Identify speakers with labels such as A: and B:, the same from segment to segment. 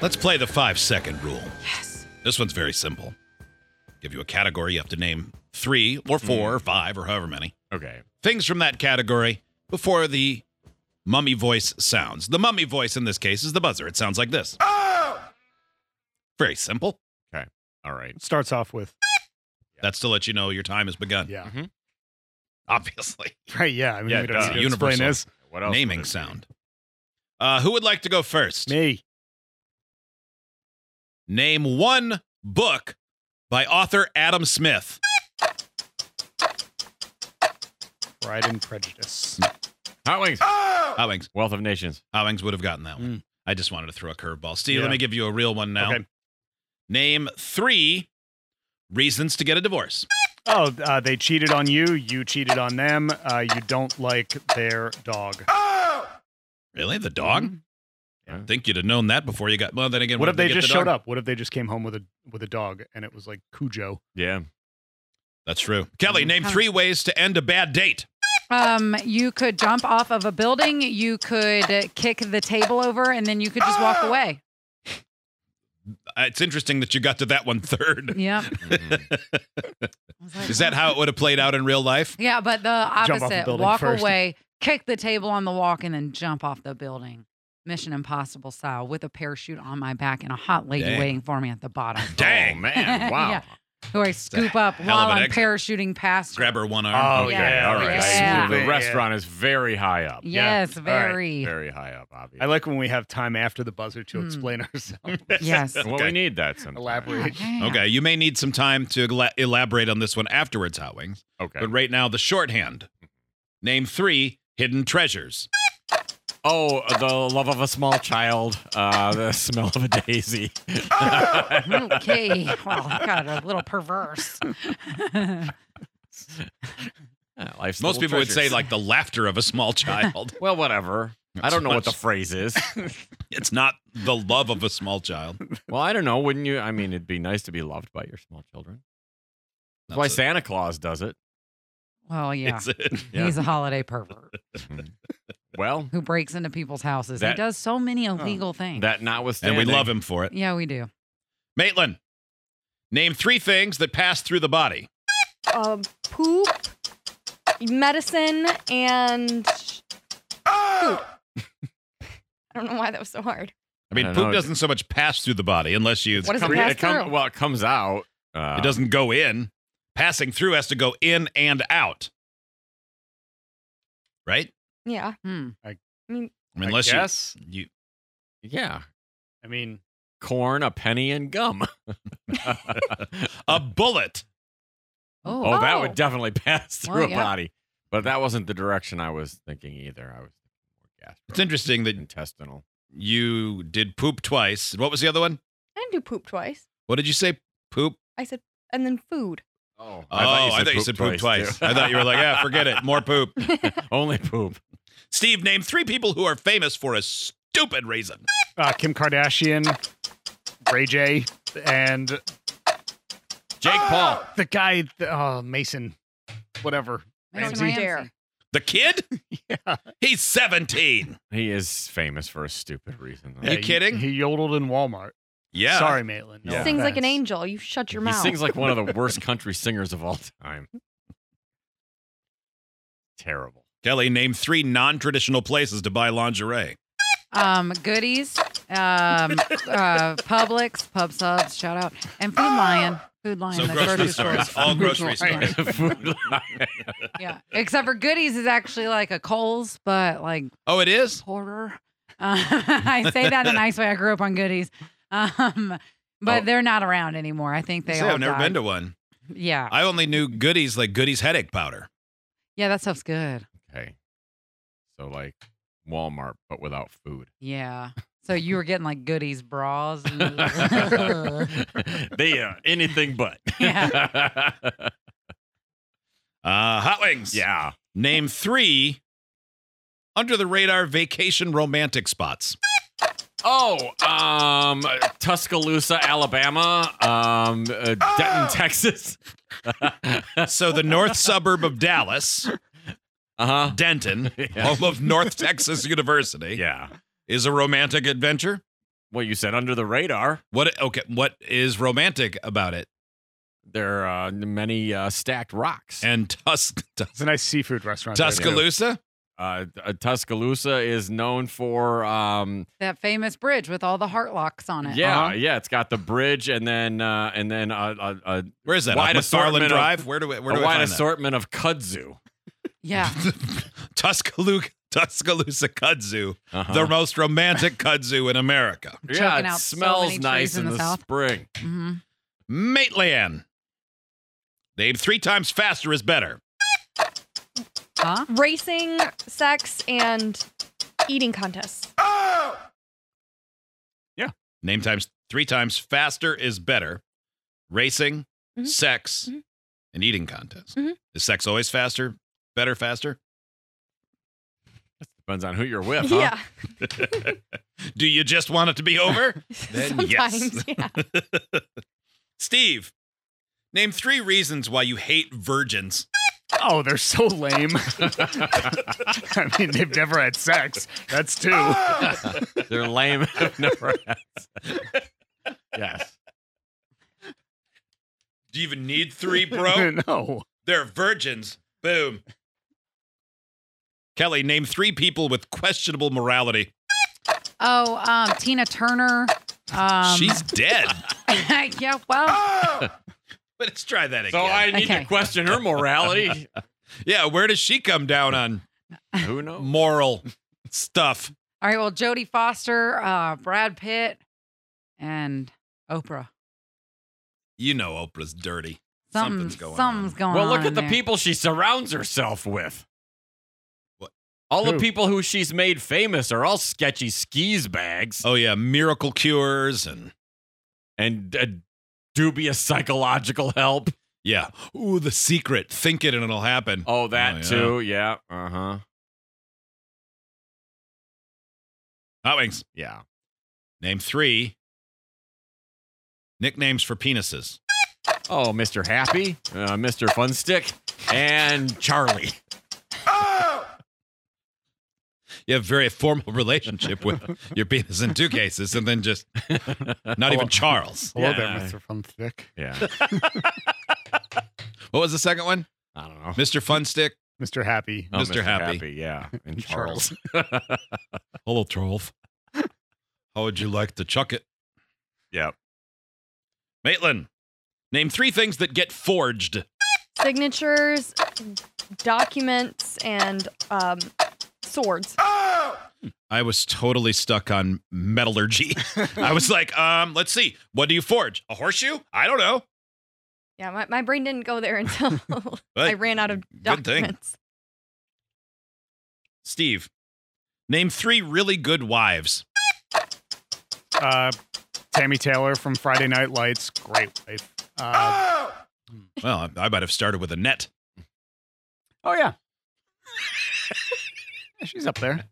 A: Let's play the five second rule.
B: Yes.
A: This one's very simple. Give you a category, you have to name three or four or five or however many
C: Okay.
A: things from that category before the mummy voice sounds. The mummy voice in this case is the buzzer. It sounds like this. Very simple.
C: All right.
D: It starts off with
A: That's to let you know your time has begun.
D: yeah,
A: Obviously,
D: right. Yeah, I mean,
C: Yeah,
D: we
C: duh.
D: don't need to
A: Mm-hmm. Universal.
D: explain this.
C: What else?
A: naming
C: would it be?
A: sound. Uh, who would like to go first?
D: Me,
A: Name one book by author Adam Smith.
D: Pride and Prejudice.
C: Hot wings.
A: Howings.
C: Wealth of Nations.
A: Howings would have gotten that one. I just wanted to throw a curveball. Steve, let
D: Yeah.
A: me give you a real one now.
D: Okay.
A: Name three reasons to get a divorce.
D: Oh, uh, they cheated on you. You cheated on them. Uh, you don't like their dog.
A: Really? The dog?
B: Mm.
C: Yeah.
A: Think you'd have known that before you got. Well, then again,
D: What if they, just showed
A: up?
D: up? What if they just came home with a with a dog and it was like Cujo?
C: Yeah.
A: That's true. Kelly, name
B: Howings.
A: three ways to end a bad date.
B: Um, you could jump off of a building. You could uh, kick the table over, and then you could just
A: Ah!
B: walk away.
A: Uh, It's interesting that you got to that one third.
B: Yep.
C: Mhm.
A: Mm-hmm.
B: I was like,
A: Is that how it would have played out in real life?
B: Yeah, but the
D: off a
B: opposite.
D: building
B: Walk
D: first.
B: away, kick the table on the walk, and then jump off the building. Mission Impossible style with a parachute on my back and a hot lady
A: Dang.
B: waiting for me at the bottom.
A: Dang.
C: Oh, man. Wow.
B: Yeah. Who I scoop up
A: hell
B: while
A: of an
B: I'm
A: exit.
B: parachuting past. her.
A: Grab her one arm.
B: Oh, yeah.
C: All right.
B: Yeah.
C: So the restaurant is very high up.
D: Yeah.
B: Yes,
D: All right.
B: very.
C: Very high up, obviously.
D: I like when we have time after the buzzer to
B: Hmm.
D: explain ourselves.
B: Yes. Oh,
C: Well,
A: Okay.
C: we need that sometime.
D: Elaborate.
B: Yeah.
A: Okay, you may need some time to ela- elaborate on this one afterwards, Howings.
C: Okay.
A: But right now, the shorthand. Name three hidden treasures.
C: Oh, the love of a small child, uh, the smell of a daisy.
B: okay. Well, God, a little perverse.
C: Yeah, life's
A: Most
C: little
A: people would say
C: treasures.
A: like the laughter of a small child.
C: well, whatever. I don't know what the
A: much-
C: phrase is.
A: it's not the love of a small child.
C: Well, I don't know. Wouldn't you? I mean, it'd be nice to be loved by your small children. That's why
A: That's it.
C: Santa Claus does it.
B: well, yeah.
A: It's it.
C: Yeah.
B: He's a holiday pervert
C: Well,
B: who breaks into people's houses. he
C: That-
B: does so many illegal things.
C: that
A: And
C: notwithstanding,
A: we love him for it.
B: yeah, we do.
A: Maitland, name three things that pass through the body.
E: um, poop, medicine, and food. I don't know why that was so hard.
A: I mean,
C: I don't
A: poop
C: know.
A: doesn't so much pass through the body unless you.
E: What does it
C: Come-
E: pass
C: it come-
E: through?
C: well, it comes out. Uh,
A: It doesn't go in. Passing through has to go in and out. Right?
E: Yeah.
B: Hmm.
E: I mean,
A: I mean, unless you-
D: guess.
A: you,
C: Yeah,
D: I mean,
C: corn, a penny, and gum.
A: a bullet.
B: Oh,
C: Oh, that
E: Oh.
C: would definitely pass
B: Well,
C: through a
B: yeah.
C: body. But that wasn't the direction I was thinking either. I was thinking more gastro.
A: It's interesting that-
C: intestinal.
A: You did poop twice. What was the other one?
E: I didn't do poop twice.
A: What did you say? Poop.
E: I said, and then food.
C: Oh,
A: oh, I thought you said poop twice.
C: too.
A: I thought you were like, yeah, forget it. More poop.
C: only poop.
A: Steve, name three people who are famous for a stupid reason.
D: uh, Kim Kardashian, Ray J, and
C: Jake Paul.
D: the guy, uh, Mason, whatever.
B: Mason
D: Ramsey.
B: Ramsey.
A: The kid?
D: Yeah.
A: He's 17.
C: He is famous for a stupid reason. though.
A: You
D: he-
A: kidding?
D: He, yodeled in Walmart.
A: Yeah.
D: Sorry, Maitland. No
C: Yeah.
E: Sings like an
D: offense.
E: angel. You shut your
C: he
E: mouth.
C: sings like one of the worst country singers of all time. Terrible.
A: Kelly, name three non traditional places to buy lingerie.
B: Um, goodies, um, uh, Publix, Pub Subs, shout out, and Food Lion. Food Lion,
A: Ah! So
B: the
A: grocery
B: grocery
A: stores,
B: stores.
A: all grocery
B: Food Lion.
A: stores.
C: Food line.
B: Yeah, except for goodies is actually like a Coles, but like
A: Oh, it is?
B: Porter. Uh, I say that in a nice way. I grew up on goodies, um, but
C: Oh.
B: they're not around anymore. I think they
A: Say,
B: all
A: I've never
B: died.
A: been to one.
B: Yeah,
A: I only knew goodies like goodies headache powder.
B: yeah, that stuff's good.
C: okay. So like Walmart, but without food.
B: Yeah. So you were getting like goodies bras. And
C: they are anything but.
A: Uh, hot wings.
C: yeah.
A: Name three under the radar vacation romantic spots.
C: Oh, um, Tuscaloosa, Alabama, um, uh, Denton, Texas. uh
A: So the north suburb of Dallas,
C: huh.
A: Denton,
C: Uh-huh. Yeah.
A: home of North Texas University,
C: Yeah.
A: is a romantic adventure.
C: Well, you said under the radar.
A: What? Okay. What is romantic about it?
C: There are many uh, stacked rocks.
A: And Tus- Tus-
D: It's a nice seafood restaurant. there, too.
A: Tuscaloosa.
C: Uh, uh, Tuscaloosa is known for, um,
B: That famous bridge with all the heart locks on it.
C: yeah,
D: Uh-huh.
C: yeah. It's got the bridge, and then uh, and then uh, uh, uh,
A: Where is that?
C: Wide
A: Off McFarland
C: assortment of-
A: Drive. Where do we? Where do
C: a
A: we
C: wide
A: find
C: assortment of kudzu.
B: Yeah.
A: that? Tuscaloosa. Tuscaloosa kudzu,
C: Uh-huh.
A: the most romantic kudzu in America.
C: yeah,
B: choking
C: it
B: out so
C: smells
B: many trees
C: nice
B: in
C: in
B: the
C: the,
B: south.
C: spring.
B: hmm
A: Maitland. Named three times faster is better.
B: Huh?
E: Racing, sex, and eating contests.
D: Oh!
A: Name times three times faster is better. Racing,
E: Mhm.
A: sex,
E: Mhm.
A: and eating contest.
E: Mhm.
A: Is sex always faster? Better faster?
C: Depends on who you're with. Huh?
E: Yeah.
A: Do you just want it to be over? Then yes.
E: Sometimes. Yeah.
A: Steve, name three reasons why you hate virgins.
D: Oh, they're so lame. I mean, they've never had sex. That's two.
A: Ah,
C: They're lame. and have never had sex. yes.
A: Do you even need three, bro?
D: no.
A: They're virgins. Boom. Kelly, name three people with questionable morality.
B: Oh, um, Tina Turner. Um,
A: She's dead.
B: yeah. Well,
A: Let's try that again.
C: So I need
B: Okay.
C: to question her morality.
A: yeah, where does she come down on
C: who knows?
A: moral stuff?
B: all right. Well, Jodie Foster, uh, Brad Pitt, and Oprah.
A: You know Oprah's dirty.
B: Something,
A: Something's going
B: something's
A: on.
B: going
C: Well, look
B: on in
C: at the
B: there.
C: people she surrounds herself with.
A: What?
C: All the
D: Who?
C: people who she's made famous are all sketchy skis bags
A: Oh yeah, miracle cures and
C: and uh, dubious psychological help.
A: yeah. Ooh, the secret. Think it and it'll happen.
C: Oh, that
A: yeah.
C: too. Yeah. Uh huh.
A: Hot wings.
C: Yeah.
A: Name three nicknames for penises.
C: Oh, Mr. Happy, uh, Mr. Funstick, and Charlie.
A: You have a very formal relationship with your penis in two cases, and then just not
C: Oh.
A: even Charles.
D: Hello there,
C: Yeah.
D: Mr. Funstick.
C: Yeah.
A: What was the second one?
C: I don't know.
A: Mr. Funstick.
D: Mr. Happy.
A: Mr. Happy.
C: Oh, Yeah. And
D: Charles.
C: Charles.
A: Hello, Charles. How would you like to chuck it?
C: Yep.
A: Maitland, name three things that get forged.
E: Signatures, documents, and um, swords.
A: I was totally stuck on metallurgy. I was like, um, let's see. What do you forge? A horseshoe? I don't know.
E: Yeah, my, my brain didn't go there until I
A: But
E: ran out of
A: good thing.
E: documents.
A: Steve, name three really good wives.
D: Uh, Tammy Taylor from Friday Night Lights. Great wife. Uh,
A: Ah! Well, I I might have started with a net.
D: oh, yeah. Yeah, She's up there.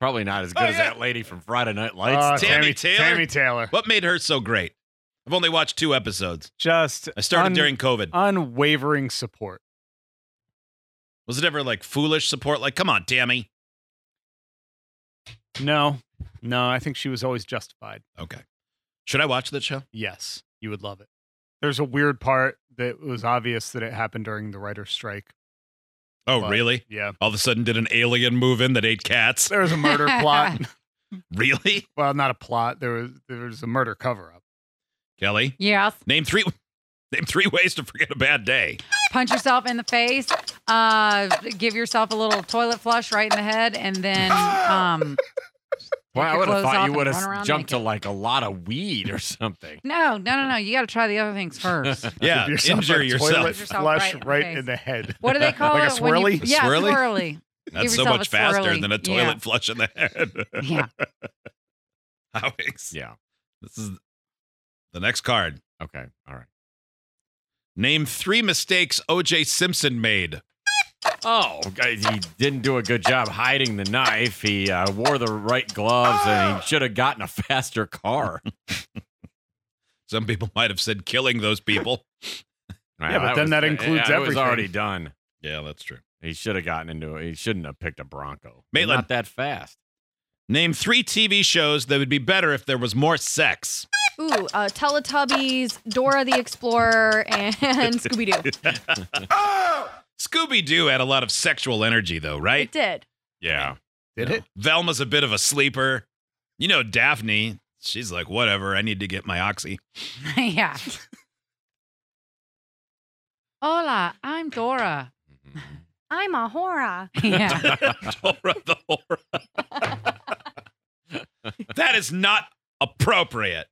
C: Probably not as
A: Oh,
C: good as
A: yeah.
C: that lady from Friday Night
D: Uh,
C: Lights.
A: Tammy Taylor?
D: Tammy Taylor.
A: What made her so great? I've only watched two episodes.
D: Just
A: I started
D: un-
A: during COVID.
D: unwavering support.
A: Was it ever like foolish support? Like, come on, Tammy.
D: No, no, I think she was always justified.
A: Okay. Should I watch that show?
D: Yes, you would love it. There's a weird part that was obvious that it happened during the writer's strike.
A: Oh,
D: But-
A: really?
D: Yeah.
A: All of a sudden, did an alien move in that ate cats?
D: There was a murder plot.
A: Really?
D: Well, not a plot. There was there was a murder cover up.
A: Kelly,
B: Yes.
A: name three. Name three ways to forget a bad day.
B: Punch yourself in the face. Uh, give yourself a little toilet flush right in the head, and then um,
C: Well,
B: Take
C: I
B: your
C: would have
B: clothes off
C: thought you
B: and
C: would
B: run around
C: have jumped to like a lot of weed or something.
B: no, no, no, no. You got to try the other things first.
A: Yeah,
D: Give yourself
A: injure
D: a
A: yourself.
D: Toilet
B: Yourself
D: flush
B: right in
D: right,
B: the face.
D: in the head.
B: What do they call
D: Like a
B: it? when you-
D: swirly?
A: A
B: yeah,
A: swirly?
B: swirly.
A: That's
B: Give
A: so
B: yourself
A: much
B: a
A: faster
B: swirly.
A: than a toilet
B: Yeah.
A: flush in the head.
B: Yeah.
A: Alex,
C: Yeah.
A: this is the next card.
C: Okay. All right.
A: Name three mistakes O.J. Simpson made.
C: Oh, guys, he didn't do a good job hiding the knife. He uh, wore the right gloves and he should have gotten a faster car.
A: Some people might have said killing those people.
D: Yeah, but then that includes
C: yeah, It was
D: everything.
C: already done.
A: yeah, that's true.
C: He should have gotten into it. He shouldn't have picked a Bronco. They're
A: Maitland.
C: Not that fast.
A: Name three TV shows that would be better if there was more sex.
E: Ooh, uh, Teletubbies, Dora the Explorer, and Scooby Doo.
A: Scooby Doo had a lot of sexual energy, though, right?
E: It did.
A: Yeah.
D: Did
A: You
D: it?
A: know, Velma's a bit of a sleeper. You know, Daphne, she's like, whatever, I need to get my oxy.
B: yeah. Hola, I'm Dora.
E: I'm a horror.
B: Yeah.
A: Dora the Horror. that is not appropriate.